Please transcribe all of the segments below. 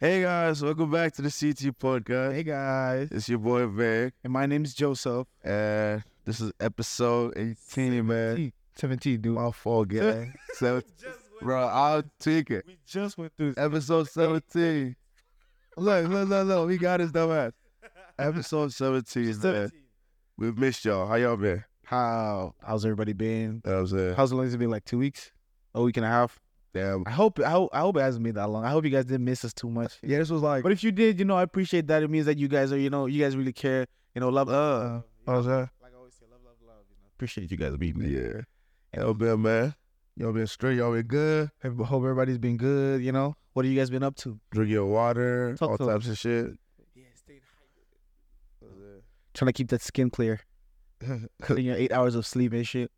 Hey guys, welcome back to the CT podcast. Hey guys, It's your boy Vic, and my name is Joseph. and this is episode 18, man. T- Seventeen, dude. My fault, gang. so, bro, I'll take it. We just went through Episode 17. Look, look, look, look. We got his dumb ass. Episode 17, man. We've missed y'all. How y'all been? How? How's everybody been? You know what I'm saying? How's it long? Has it been like two weeks, a week and a half? Damn. I hope. I, hope- I hope it hasn't been that long. I hope you guys didn't miss us too much. Yeah, this was like. But if you did, you know, I appreciate that. It means that you guys are, you know, you guys really care. You know, love. Uh, how's that? Like I always say, love, love, love. You know, appreciate you guys being here. Yeah. Y'all been, man? Y'all been straight? Y'all been good? I hope everybody's been good. You know, what have you guys been up to? Drink your water, Talk all to types of shit. Yeah, staying hydrated. Trying to keep that skin clear. Taking your eight hours of sleep and shit.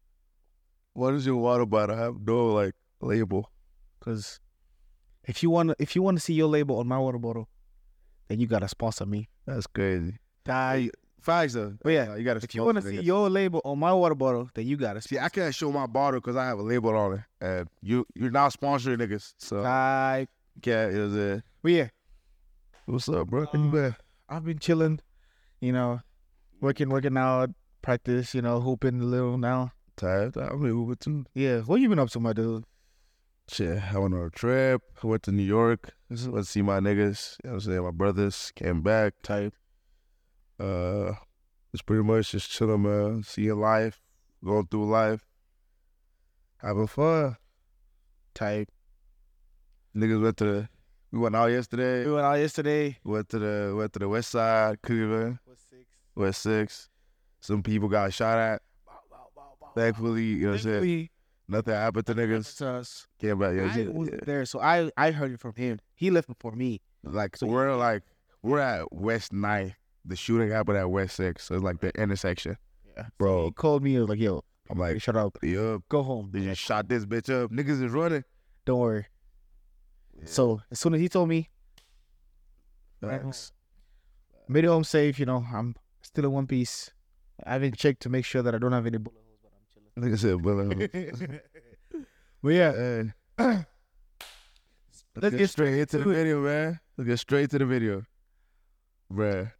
What is your water bottle have? No, like, label. Cause if you want, if you want to see your label on my water bottle, then you gotta sponsor me. That's crazy. Die. Pfizer. But yeah, Uh, you gotta if you want to sponsor see niggas. your label on my water bottle, then you gotta. See, I can't show my bottle because I have a label on it, and you you're not sponsoring niggas, so Die. yeah, it was a But yeah, what's up, bro? How you been? I've been chilling. You know, working, working out, practice. You know, hooping a little now. tired. I'm in Uber too. Yeah, what you been up to, my dude? Shit, I went on a trip. I went to New York. Just went to see my niggas. You know what I'm saying? My brothers came back. Type. Uh, it's pretty much just chilling, man. Seeing life, going through life, having fun. Type. Niggas went to the. We went out yesterday. We went out yesterday. Went to the went to the West Side, Cleveland. West Six. Some people got shot at. Thankfully, you know what I'm saying? Thankfully, Nothing happened to niggas. to us. Came back. Yeah, I yeah, was yeah. there, so I I heard it from him. He left before me. Like So you- we're like we're at West 9th. The shooting happened at West Six. So it's like the intersection. Yeah, Bro. He called me. He was like, "Yo, I'm like, shut up. yup, Go home. they just shot this bitch up. Niggas is running. Don't worry." Yeah. So as soon as he told me, Facts. made it home safe. You know, I'm still in one piece. I haven't checked to make sure that I don't have any bullet holes, but I'm Niggas said, bullet. chilling. but yeah, Hey, Let's get straight into the to it. video, man. Let's get straight to the video. Bruh.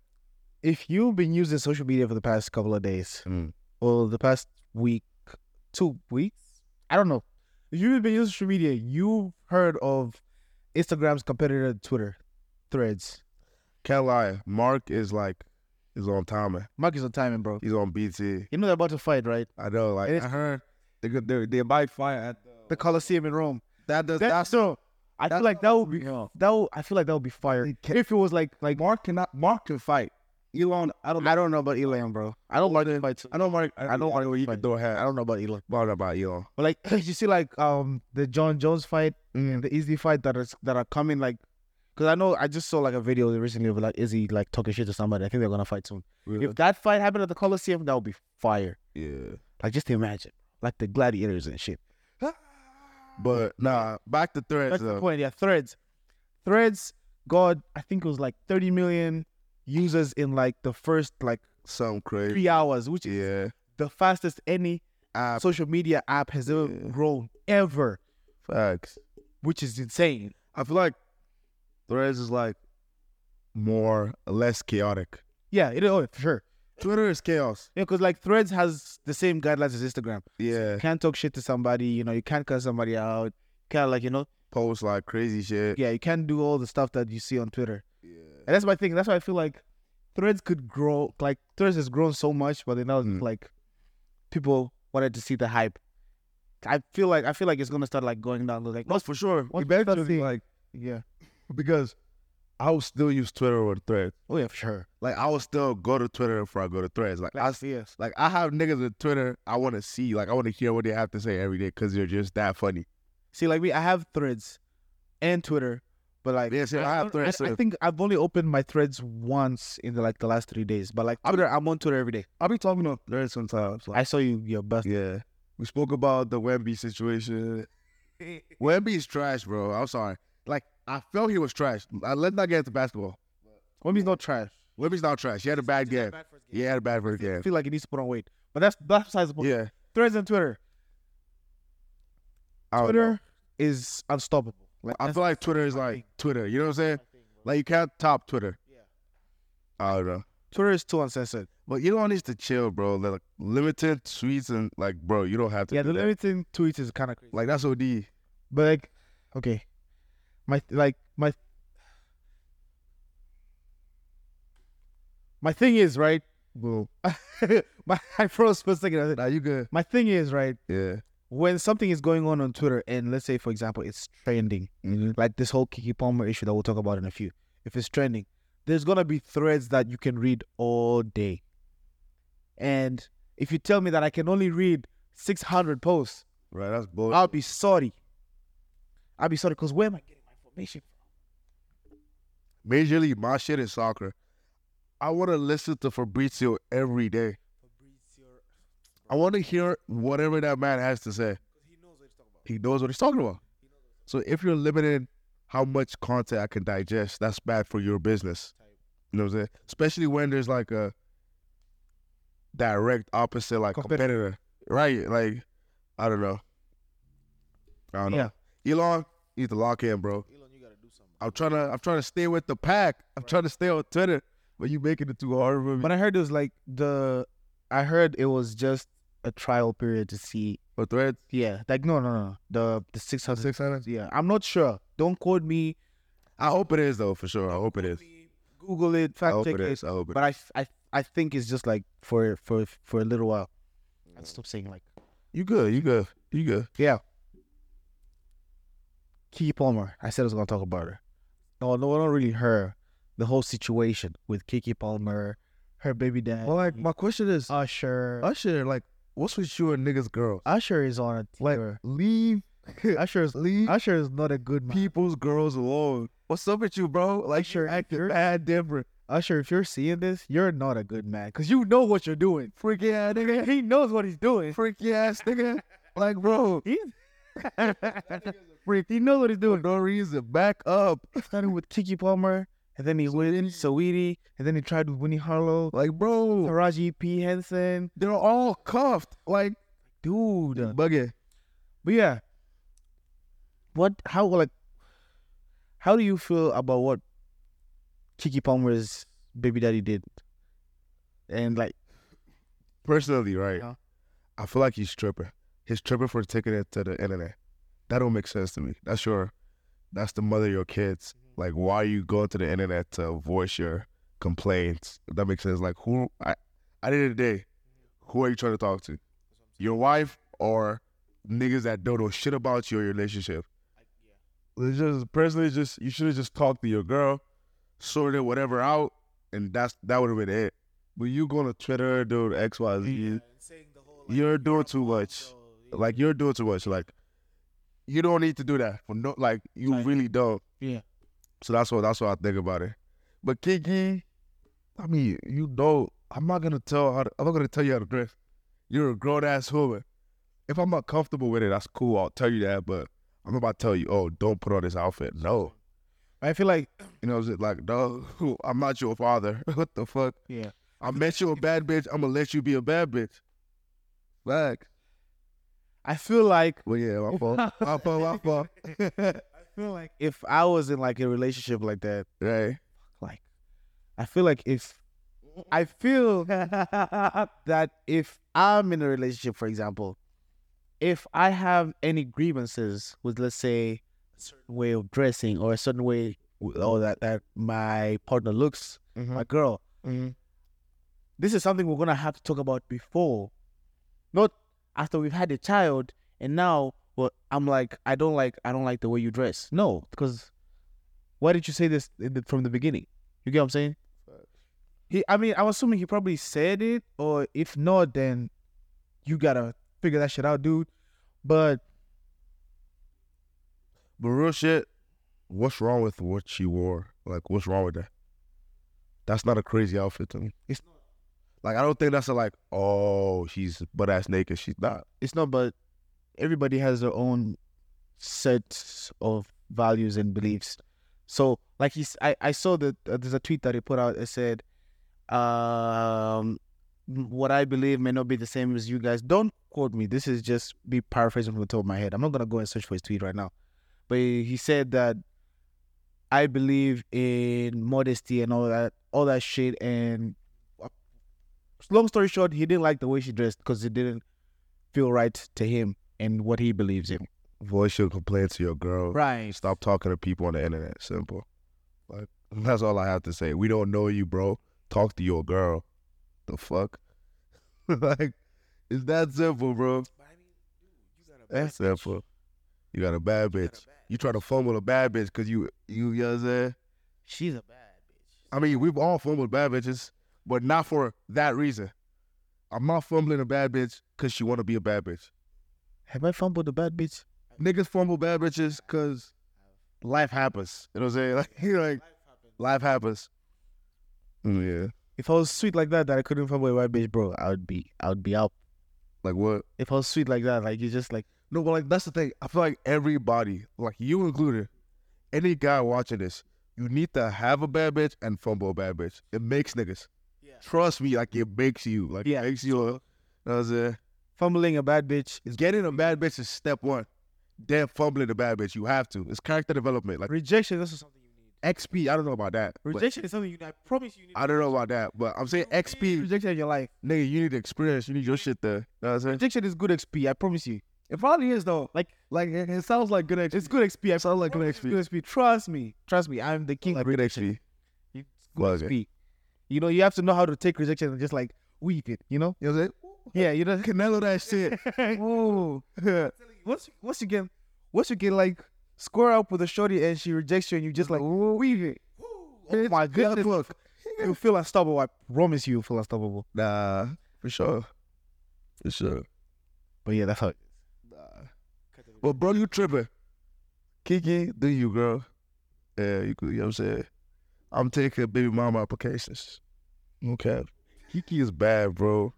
if you've been using social media for the past couple of days, Mm. or the past week, two weeks, I don't know. If you've been using social media, you've heard of Instagram's competitor, Twitter, Threads. Can't lie. Mark is like is on timing. Mark is on timing, bro. He's on BT. You know they're about to fight, right? I know, like And it's- I heard they could they they might fight at The Colosseum in Rome. that does That- that's no, I feel that's like that would be Yeah. that. Would, I feel like that would be fire. If it was like like Mark cannot Mark can fight. Elon I don't I don't know about Elon, bro. I don't like him. I I know Mark I, I know don't Mark you can fight. throw a hat. I don't know about Elon. don't know about Elon. But like you see like um the John Jones fight and the Izzy fight that is that are coming like because I know I just saw like a video recently of like Izzy like talking shit to somebody. I think they're gonna fight soon. If that fight happened at the Coliseum, that would be fire. Yeah. Like just imagine. Like the gladiators and shit. But uh, nah, back to threads That's the though. point. Yeah, threads. Threads God, I think it was like 30 million users in like the first like Something crazy. three hours, which is Yeah. the fastest any App social media app has ever Yeah. grown ever, facts. which is insane. I feel like threads is like more less chaotic. Yeah, it oh for sure. Twitter is chaos. Yeah, because like Threads has the same guidelines as Instagram. Yeah. Can't talk shit to somebody, you know, you can't cut somebody out. Can't like you know, Post like crazy shit. yeah, you can't do all the stuff that you see on Twitter. Yeah. And that's my thing. That's why I feel like Threads could grow. Like Threads has grown so much, but then now Mm. like people wanted to see the hype. I feel like I feel like it's gonna start like going down. Like No, for sure. What's the Eventually, thing? like yeah, because I would still use Twitter or Threads. oh yeah, for sure. Like I would still go to Twitter before I go to Threads. Like I, Like, s- yes. like I have niggas on Twitter. I want to see. Like I want to hear what they have to say every day because they're just that funny. See, like me, I have Threads and Twitter, but like Yeah, see, I have don't- Threads, I, too. think I've only opened my Threads once in the like the last three days. But like Twitter, I'm on Twitter every day. I be talking on Threads sometimes. Like I saw you your best. yeah, we spoke about the Wemby situation. Wemby is trash, bro. I'm sorry. Like I felt he was trash. Uh, let's not get into basketball. Wemby's not trash. Wemby's not trash. He had a bad game. He had a bad first I game. feel like he needs to put on weight, but that's that's besides the point. Yeah. Threads and Twitter. I don't know. Twitter is unstoppable. Like I that's feel like Twitter is my like thing. Twitter. You know what I'm saying? Like you can't top Twitter. Yeah. I don't know. Twitter is too uncensored. But you don't need to chill, bro. Like limited tweets and like, bro, you don't have to. Yeah, do the that. limiting tweets is kind of crazy. like that's OD. But like, okay, my like my my thing is right. Well, my I froze for a second. I said- Now you good? My thing is right Yeah. when something is going on on Twitter, and let's say for example it's trending, Mhm. like this whole Kiki Palmer issue that we'll talk about in a few. If it's trending, there's gonna be threads that you can read all day. And if you tell me that I can only read 600 posts, Right. That's bull. I'll be sorry. I'll be sorry because where am I getting my information from? Majorly, my shit is soccer. I want to listen to Fabrizio every day. I want to hear whatever that man has to say. He knows what he's talking about. So if you're limited how much content I can digest, that's bad for your business. You know what I'm saying? Especially when there's like a direct opposite, like competitor. Competitor. Right? Like, I don't know. I don't know. Elon, you need to lock in, bro. Elon, you gotta do something. I'm trying to I'm trying to stay with the pack. I'm trying to stay on Twitter, but you making it too hard for me. But I heard it was like the, I heard it was just a trial period to see. But threads, Yeah, like no, no, no, the the six hundred. six hundred. Yeah, I'm not sure. Don't quote me. I hope it is though, for sure. I hope it is. Google it, I fact hope check it it. is. I hope it. But I, I, I think it's just like for for for a little while. Mm. I'd stop saying like You good? You good? You good? Kiki Palmer. I said I was gonna talk about her. No, no, not really her. The whole situation with Kiki Palmer, her baby dad, Well, like my question is, Usher. Usher, like, what's with you and niggas, girls? Usher is on a Like, tear. leave, Usher is leave Usher is not a good man. people's girls alone. What's up with you, bro? Like, Usher, you're acting you're- bad different. Usher, if you're seeing this, you're not a good man because you know what you're doing. Freaky ass nigga, He knows what he's doing. freaky ass nigga. Like, bro, He's he knows what he's for doing. no reason, back up. Starting with Kiki Palmer, and then he went in Saweetie, and then he tried with Winnie Harlow, Like, bro, Taraji P. Henson. they're all cuffed. Like, Dude. buggy. But yeah, what? How like? How do you feel about what Kiki Palmer's baby daddy did? And like, Personally, right? Yeah. I feel like he's tripping. He's tripping for taking it to the internet. That don't make sense to me. That's your, that's the mother of your kids. Like, why are you going to the internet to voice your complaints? If that makes sense. Like, who? I, at the end of the day, who are you trying to talk to? Your wife or niggas that don't know shit about you or your relationship? It's just personally, it's just you should have just talked to your girl, sorted whatever out, and that's that would have been it. But you going to Twitter, dude, X Y Z. you're doing too much. Like you're doing too much. Like you don't need to do that. For no, like you Like- really don't. Yeah. So that's what that's what I think about it. But Kiki, I mean, you know, I'm not gonna tell how to, I'm not gonna tell you how to dress. You're a grown ass woman. If I'm not comfortable with it, that's cool. I'll tell you that. But I'm about to tell you, oh, don't put on this outfit. No. I feel like You know what I'm saying? Like, no, I'm not your father. what the fuck? yeah. I met you a bad bitch. I'm gonna let you be a bad bitch. Like, I feel like well, yeah, my fault. my fault. My fault. I feel like if I was in like a relationship like that, Right. like I feel like if I feel that if I'm in a relationship, for example, if I have any grievances with, let's say, a certain way of dressing or a certain way, Mm-hmm. or that that my partner looks, my girl, this is something we're gonna have to talk about before, not after we've had a child and now. Well, I'm like, I don't like, I don't like the way you dress. No, because why did you say this in the, from the beginning? You get what I'm saying? He, I mean, I'm assuming he probably said it, or if not, then you gotta figure that shit out, dude. But But real shit, what's wrong with what she wore? Like, what's wrong with that? That's not a crazy outfit to me. It's not. Like, I don't think that's a like, oh, she's butt ass naked. She's not. it's not. But everybody has their own sets of values and beliefs. So, like he's, I, I saw that uh, there's a tweet that he put out. It said, um, "What I believe may not be the same as you guys." Don't quote me. This is just be paraphrasing from the top of my head. I'm not gonna go and search for his tweet right now. But he, he said that I believe in modesty and all that, all that shit. And uh, long story short, he didn't like the way she dressed because it didn't feel right to him and what he believes in. Voice your complaint to your girl. Right. Stop talking to people on the internet. Simple. Like that's all I have to say. We don't know you, bro. Talk to your girl. The fuck? like, it's that simple, bro. That's simple. You got a bad bitch. You try to fumble a bad bitch because you, you, you know what I'm saying? She's a bad bitch. I mean, we've all fumbled bad bitches, but not for that reason. I'm not fumbling a bad bitch because she want to be a bad bitch. Have I fumbled a bad bitch? Niggas fumble bad bitches because life happens. You know what I'm saying? Like, you know, like life happens. Mm, Yeah. If I was sweet like that, that I couldn't fumble a bad bitch, bro, I would be, I would be out. Like what? If I was sweet like that, like you just like, No, but like that's the thing. I feel like everybody, like you included, any guy watching this, you need to have a bad bitch and fumble a bad bitch. It makes niggas. Yeah. Trust me, like it makes you. Like Yeah. it makes you. A, you know what I'm saying? fumbling a bad bitch is Getting a bad bitch is step one. Then fumbling a bad bitch, you have to. It's character development. Like rejection. This is something you need. XP, I don't know about that. but- Rejection is something you need. I promise you need. I don't know about that, but I'm saying XP, rejection in your life. nigga, you need experience. You need your shit there. You know what I'm saying? Rejection is good XP. I promise you. It probably is though. Like Like it, it sounds like good XP. it's good XP. I Sounds like good promise XP. it's Good XP. Trust me. Trust me. I'm the king. like of good XP. It's Well, good okay. XP. You know, you have to know how to take rejection and just like weep it. You know. You know what I'm Yeah. You know. saying? Canelo that shit. Ooh. once once you get once you get like square up with a shorty and she rejects you and you just like weave it. Oh my good goodness. look. You feel unstoppable. I promise you, you feel unstoppable. Nah, for sure. For sure. But yeah, that's how. Nah. But bro, you tripping. Kiki, do you, girl? Yeah, you, could- you know what I'm saying? I'm taking baby mama applications. Okay. Kiki is bad, bro.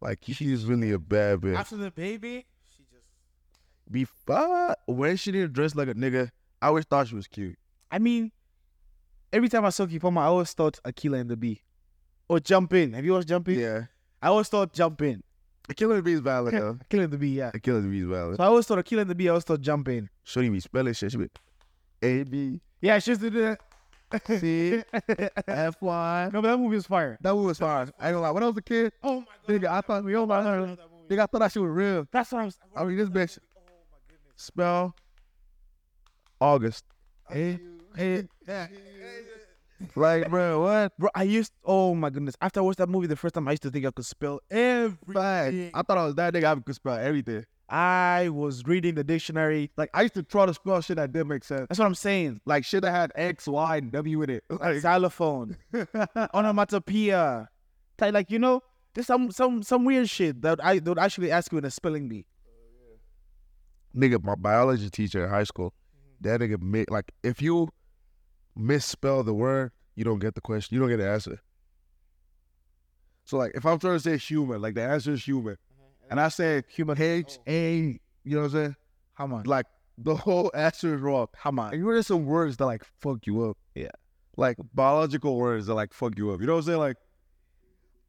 Like Kiki is really a bad bitch. the baby, she just. Before when she didn't dress like a nigga, I always thought she was cute. I mean, every time I saw Kipoma, I always thought Akila and the Bee. Or Jump In. Have you watched Jump In? Yeah. I always thought Jump In. Akila and B is valid though. Akila and the Bee, yeah. Akila and B is valid. So I always thought Akila and the Bee, I always thought Jump In. Shouldn't be spelling shit. She be A B Yeah, she used to do that. C F Y. No, but that movie is fire. That one was fine. I ain't gonna lie. When I was a kid, Oh my nigga, I thought we all about her. Nigga, I thought that shit was real. That's what I was. I mean, this bitch spell August. Eh, eh, eh. Like, bro, what? Bro, I used. Oh my goodness. After I watched that movie the first time, I used to think I could spell every. Fact. I thought I was that nigga. I could spell everything. I was reading the dictionary. Like, Like, I used to try to spell shit that didn't make sense. that's what I'm saying. like shit that had X, Y, and W in it. Like, Xylophone. onomatopoeia. Ty- Like you know, there's some some some weird shit that I they would actually ask you in a spelling bee. nigga, my biology teacher in high school, that nigga made like if you misspell the word, you don't get the question, you don't get the answer. So like if I'm trying to say human, like the answer is human, and I say human H A, you know what I'm saying? How much? Like the whole answer is wrong. How much? Like you there's some words that like fuck you up. Yeah. Like biological words that like fuck you up. You know what I'm saying? Like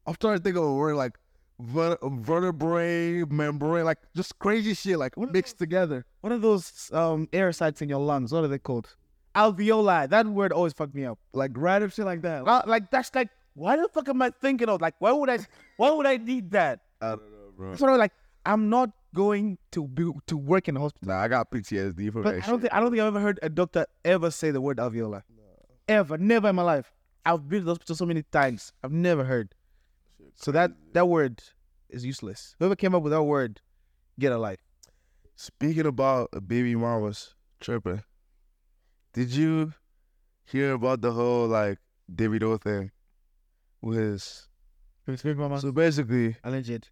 I'm trying to think of a word like ver- vertebrae, membrane, like just crazy shit like mixed together. What are those um air sacs in your lungs? What are they called? Alveoli. That word always fucked me up. Like random shit like that. Well, Like that's like why the fuck am I thinking of? Like why would I? Why would I need that? I don't know, bro. That's what I was like. I'm not going to be to work in a hospital. Nah, I got PTSD from But that I don't shit. think I don't think I've ever heard a doctor ever say the word alveoli. Ever, never in my life. I've been to the hospital so many times. I've never heard. So that that word is useless. Whoever came up with that word, get a life. Speaking about baby mamas tripping, did you hear about the whole like Davido thing? Was so basically Alleged.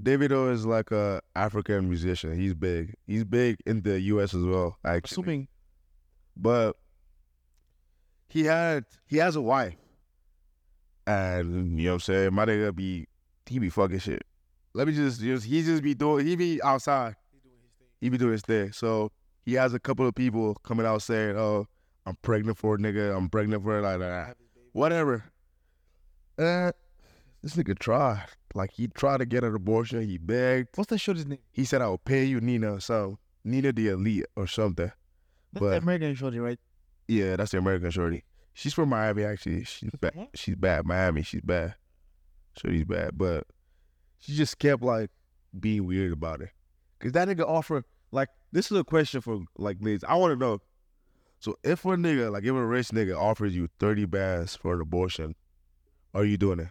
Davido is like a African musician. He's big. He's big in the U.S. as well, actually. Assuming But he had he has a wife, and you know what I'm saying. My nigga be he be fucking shit. Let me just just he just be doing he be outside. He be doing his thing. So he has a couple of people coming out saying, "Oh, I'm pregnant for a nigga. I'm pregnant for like that. Whatever." Uh, this nigga tried. Like he tried to get an abortion. He begged. what's that show's name? He said, I will pay you, Nina, or something. Nina the Elite or something. That's But- the American shorty, right? Yeah, that's the American shorty. She's from Miami, actually. She's bad. Mhm. She's bad. Miami. She's bad. Shorty's bad, but she just kept like being weird about it. Cause that nigga offer like this is a question for like ladies. I want to know. So if a nigga like if a rich nigga offers you thirty bands for an abortion, are you doing it?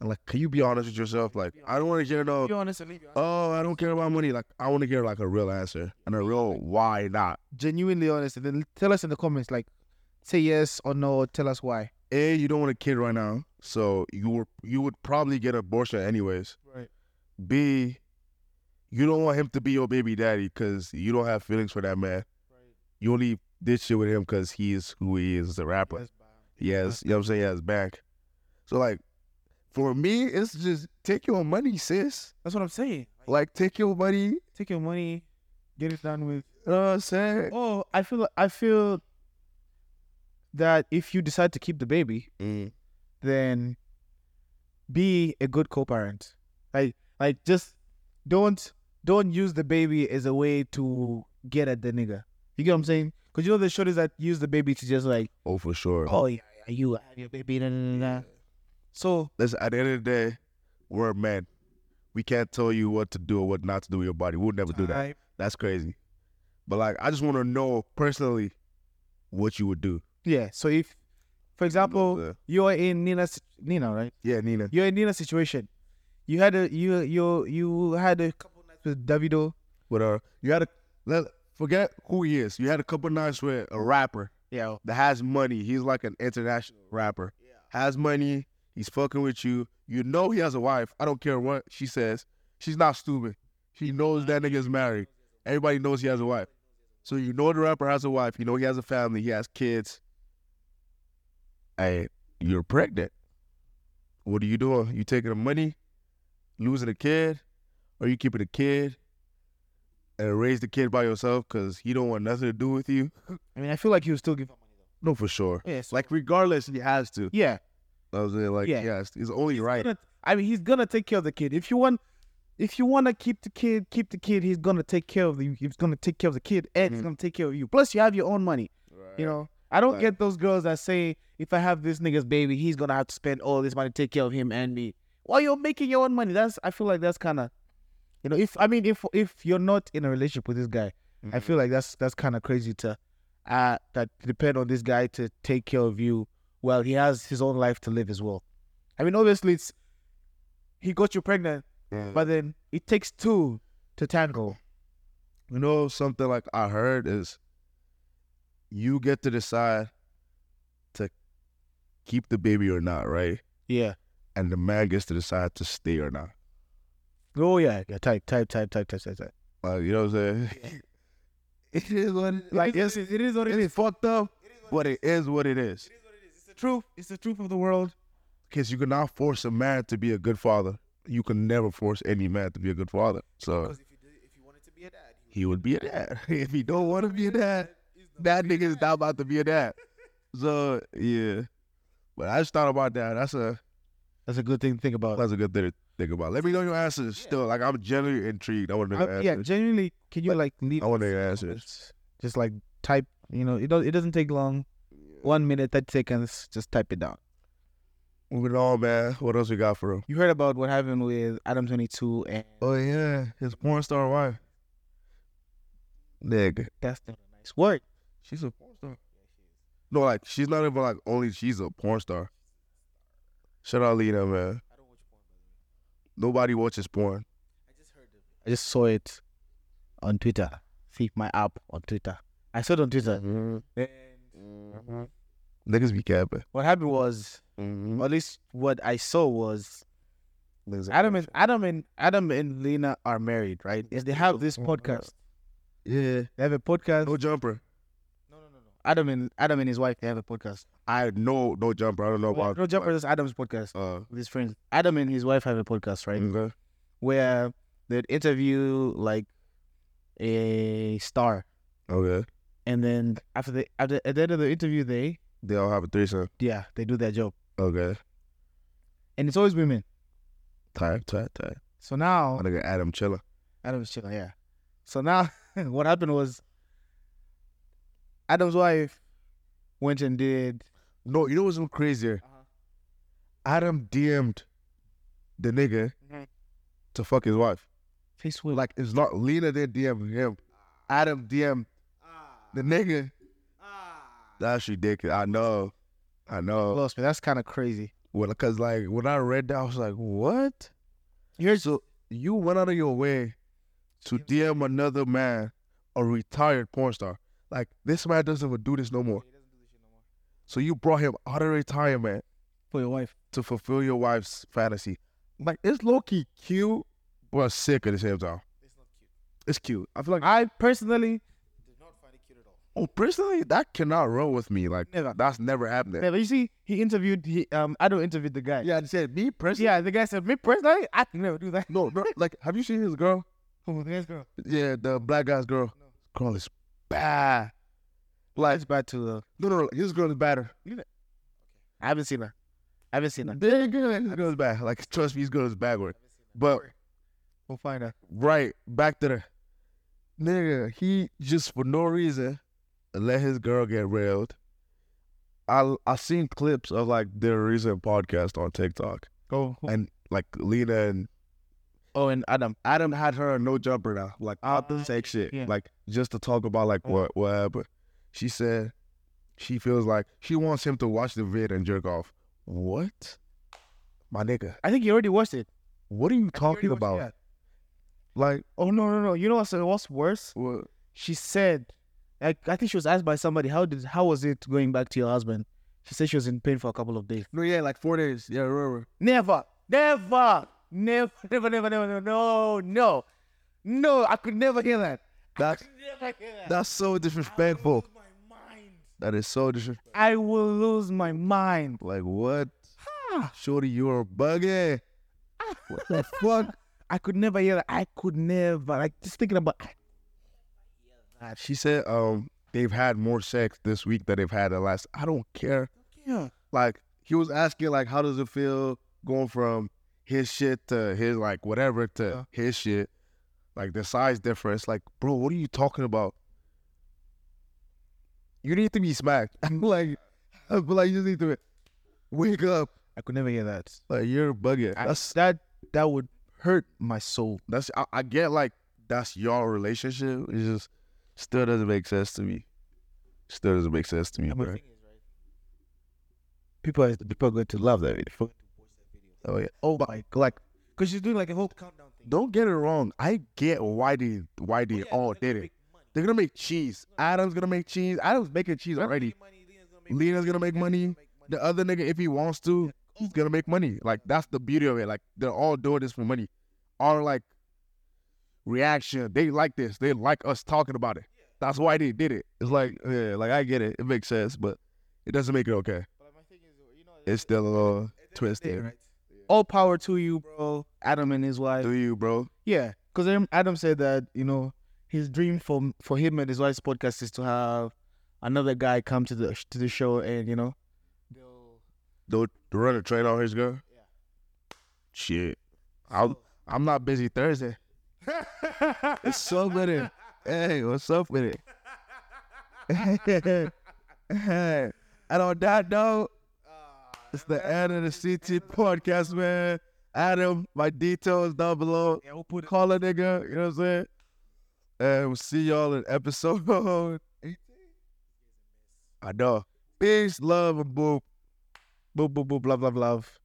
And like, can you be honest with yourself? Like, I don't want to hear no. You honest and leave you. Uh, Oh, I don't care about money. Like, I want to hear like a real answer and a real why not. Genuinely honest, and then tell us in the comments, like, say yes or no, or tell us why. A, you don't want a kid right now, so you were you would probably get abortion anyways. Right. B, you don't want him to be your baby daddy because you don't have feelings for that man. You only did shit with him because he is who he is as a rapper. Yes, you know what I'm saying. He has back. So like, for me, it's just take your money, sis. That's what I'm saying. Like, Like take your money. take your money, get it done with. You know what I'm saying? Oh, I feel, I feel that if you decide to keep the baby, Mm. then be a good co-parent. Like like just don't don't use the baby as a way to get at the nigga. You get what I'm saying? Because you know the shorties that use the baby to just like, Oh, for sure. oh yeah, yeah, you have your baby, da, da, da, da. So Listen, at the end of the day, we're men. We can't tell you what to do or what not to do with your body. We'll never do that. Type. That's crazy. But like, I just want to know personally what you would do. yeah, so if, for example, Uh, you're in Nina's Nina, right? yeah, Nina. You're in Nina's situation. You had a you you you had a couple nights with Davido. Whatever. uh, You had a let, forget who he is. You had a couple nights with a rapper Yeah. that has money. He's like an international rapper. Has money. He's fucking with you. You know he has a wife. I don't care what she says. She's not stupid. She knows that nigga's married. Everybody knows he has a wife. So you know the rapper has a wife. You know he has a family. He has kids. Hey, you're pregnant. What are you doing? You taking the money, losing a kid, or you keeping a kid and raise the kid by yourself because he don't want nothing to do with you? I mean, I feel like he would still give her money No, for sure. though. Yeah. So, Like regardless, he has to. yeah. I was saying, like, Yeah. yeah, it's, it's only right. gonna- I mean, he's gonna take care of the kid. If you want, if you want to keep the kid, keep the kid. He's gonna take care of you. He's gonna take care of the kid, and he's Mhm. gonna take care of you. Plus, you have your own money. You know, I don't Right. get those girls that say, if I have this nigga's baby, he's gonna have to spend all this money to take care of him and me. While you're making your own money, that's I feel like that's kind of, you know, if I mean, if if you're not in a relationship with this guy, Mm-hmm. I feel like that's that's kind of crazy to, uh, that depend on this guy to take care of you. Well, he has his own life to live as well. I mean, obviously, it's he got you pregnant, Yeah. but then it takes two to tango. you know something like I heard is you get to decide to keep the baby or not, right? Yeah. And the man gets to decide to stay or not. Oh yeah. Yeah. Type. Type. Type. Type. Type. Type. type. Like, you know what I'm saying? it is what it, like. It's, it is what it is fucked up, but it is what it is. It is what it is. It's the truth. It's the truth of the world. Because you cannot force a man to be a good father. You can never force any man to be a good father. So Because if you did, if you wanted to be a dad, you he would be a dad. if he don't want to be a dad, is the that nigga is not about to be a dad. So yeah, but I just thought about that. That's a That's a good thing to think about. that's a good thing to think about. Let me know your answers. Still, like I'm generally intrigued. I want to know your I- yeah. answers. Genuinely, can you like leave? I want to us know your some answers. comments? Just like type. You know, it does. It doesn't take long. One minute, thirty seconds. Just type it down. Moving on, man. What else we got for him? You heard about what happened with Adam Twenty Two and Oh yeah, his porn star wife. Nigga, that's not a nice word. she's a porn star. No, like she's not even like only she's a porn star. Shout out I Lena, man. don't watch porn. by the way. Nobody watches porn. I just heard of it. I just saw it on Twitter. See my app on Twitter. I saw it on Twitter. Mm-hmm. Mm-hmm. mm Niggas be capping. What happened was, Mm-hmm. or at least what I saw was, Adam and Adam and Adam and Lena are married, right? Yes, they have Oh, this podcast. yeah, They have a podcast. no jumper. No, no, no, no. Adam and Adam and his wife they have a podcast. I know no jumper. I don't know about No jumper is Adam's podcast Uh, with his friends. Adam and his wife have a podcast, right? Mm. okay. Where they'd interview like a star, okay. and then after the after at the end of the interview, they They all have a threesome. yeah they do their job, Okay. and it's always women. Type, type, type. So now My nigga Adam Chiller. Adam's chilling, yeah. So now what happened was Adam's wife went and did. No, you know what's even crazier? Uh-huh. Adam DM'd the nigga Mhm. to fuck his wife. Face with Like it's not Lena didn't DM him. Adam DM Ah. the nigga. ah. That's ridiculous. I know. I Oh. know. lost me. That's kind of crazy. Well, cause like when I read that, I was like, what? Here's So you went out of your way to DM another man, a retired porn star. Like this man doesn't even do this no more. He doesn't do this shit no more. So you brought him out of retirement for your wife. to fulfill your wife's fantasy. Like it's low key cute, but sick at the same time. It's not cute. It's cute. I feel like I personally Did not find it cute at all. oh personally that cannot run with me. Like never. that's never happening. Never. You see, he interviewed. He um, Adam interviewed the guy. Yeah, I said me personally. Yeah, the guy said, me personally, I can never do that. No, bro, like have you seen his girl? Oh, the guy's girl. Yeah, the black guy's girl. No. Girl is bad. Like That's bad too, though. no, no, no, his girl is better. I haven't seen her. I haven't seen her. They're good. His girl's bad. Like trust me, his girl is backward. Haven't seen that. But We'll find her. right back to the nigga, he just for no reason let his girl get railed. I I seen clips of like their recent podcast on TikTok, Oh, and like Lena and oh, and Adam. Adam had her no jumper now, like out the Ah, sex shit, yeah. like just to talk about like Mm. what what happened. She said she feels like she wants him to watch the vid and jerk off. What, my nigga? I think you already watched it. What are you already talking watched about? that. Like Oh no, no, no. You know what's what's worse? what? She said, like, I think she was asked by somebody, how did how was it going back to your husband? She said she was in pain for a couple of days. No, yeah, like four days. Yeah, remember. Never, never, never, never, never, never, never, no, no, no. I could never hear that. That's Never hear that. That's so I will disrespectful. lose my mind. That is so disrespectful. I will lose my mind. Like what? Ah, Shorty, you are buggy. What the fuck? I could never hear that. I could never. Like just thinking about. She said, um, they've had more sex this week than they've had the last. I don't care. Yeah. Like he was asking, like, how does it feel going from his shit to his like whatever to Yeah. his shit? Like the size difference. Like, bro, what are you talking about? You need to be smacked. I'm like, I'm like, you need to wake up. I could never hear that. Like you're buggy. I- That's that that would hurt my soul. That's I, I get like that's your relationship. It just still doesn't make sense to me. Still doesn't make sense to me, I'm a- bro. Thing is, right? People are people are going to love that video. Watch that video. Oh yeah. Oh my god! Like, cause she's doing like a whole. Countdown thing. Don't get it wrong. I get why they why Oh, they Yeah, all they're gonna did it. make money. They're gonna make cheese. Adam's gonna make cheese. Adam's making cheese They're gonna already. make money, Lena's gonna make Lena's gonna make Lena's money. make money. The other nigga, if he wants to, he's gonna make money. Like that's the beauty of it. Like they're all doing this for money. Our like reaction, they like this. They like us talking about it. That's why they did it. It's like yeah, like I get it. It makes sense, but it doesn't make it okay. But like, my thing is, you know, It's still uh, a little twist twisted, there. right? All power to you, bro. Adam and his wife. Do you, bro? Yeah, because Adam said that you know his dream for for him and his wife's podcast is to have another guy come to the to the show and you know They'll- Do do run a train on his girl? Yeah. Shit, I'm I'm not busy Thursday. It's so with it. Hey, what's up with it? Ah, and on that note, Ah, it's the end of the CT podcast, man. Adam, my details down below. yeah we'll put Call a nigga, you know what I'm saying? And we'll see y'all in episode 18. I know. Peace, love, and boop. boop boop boop love love love.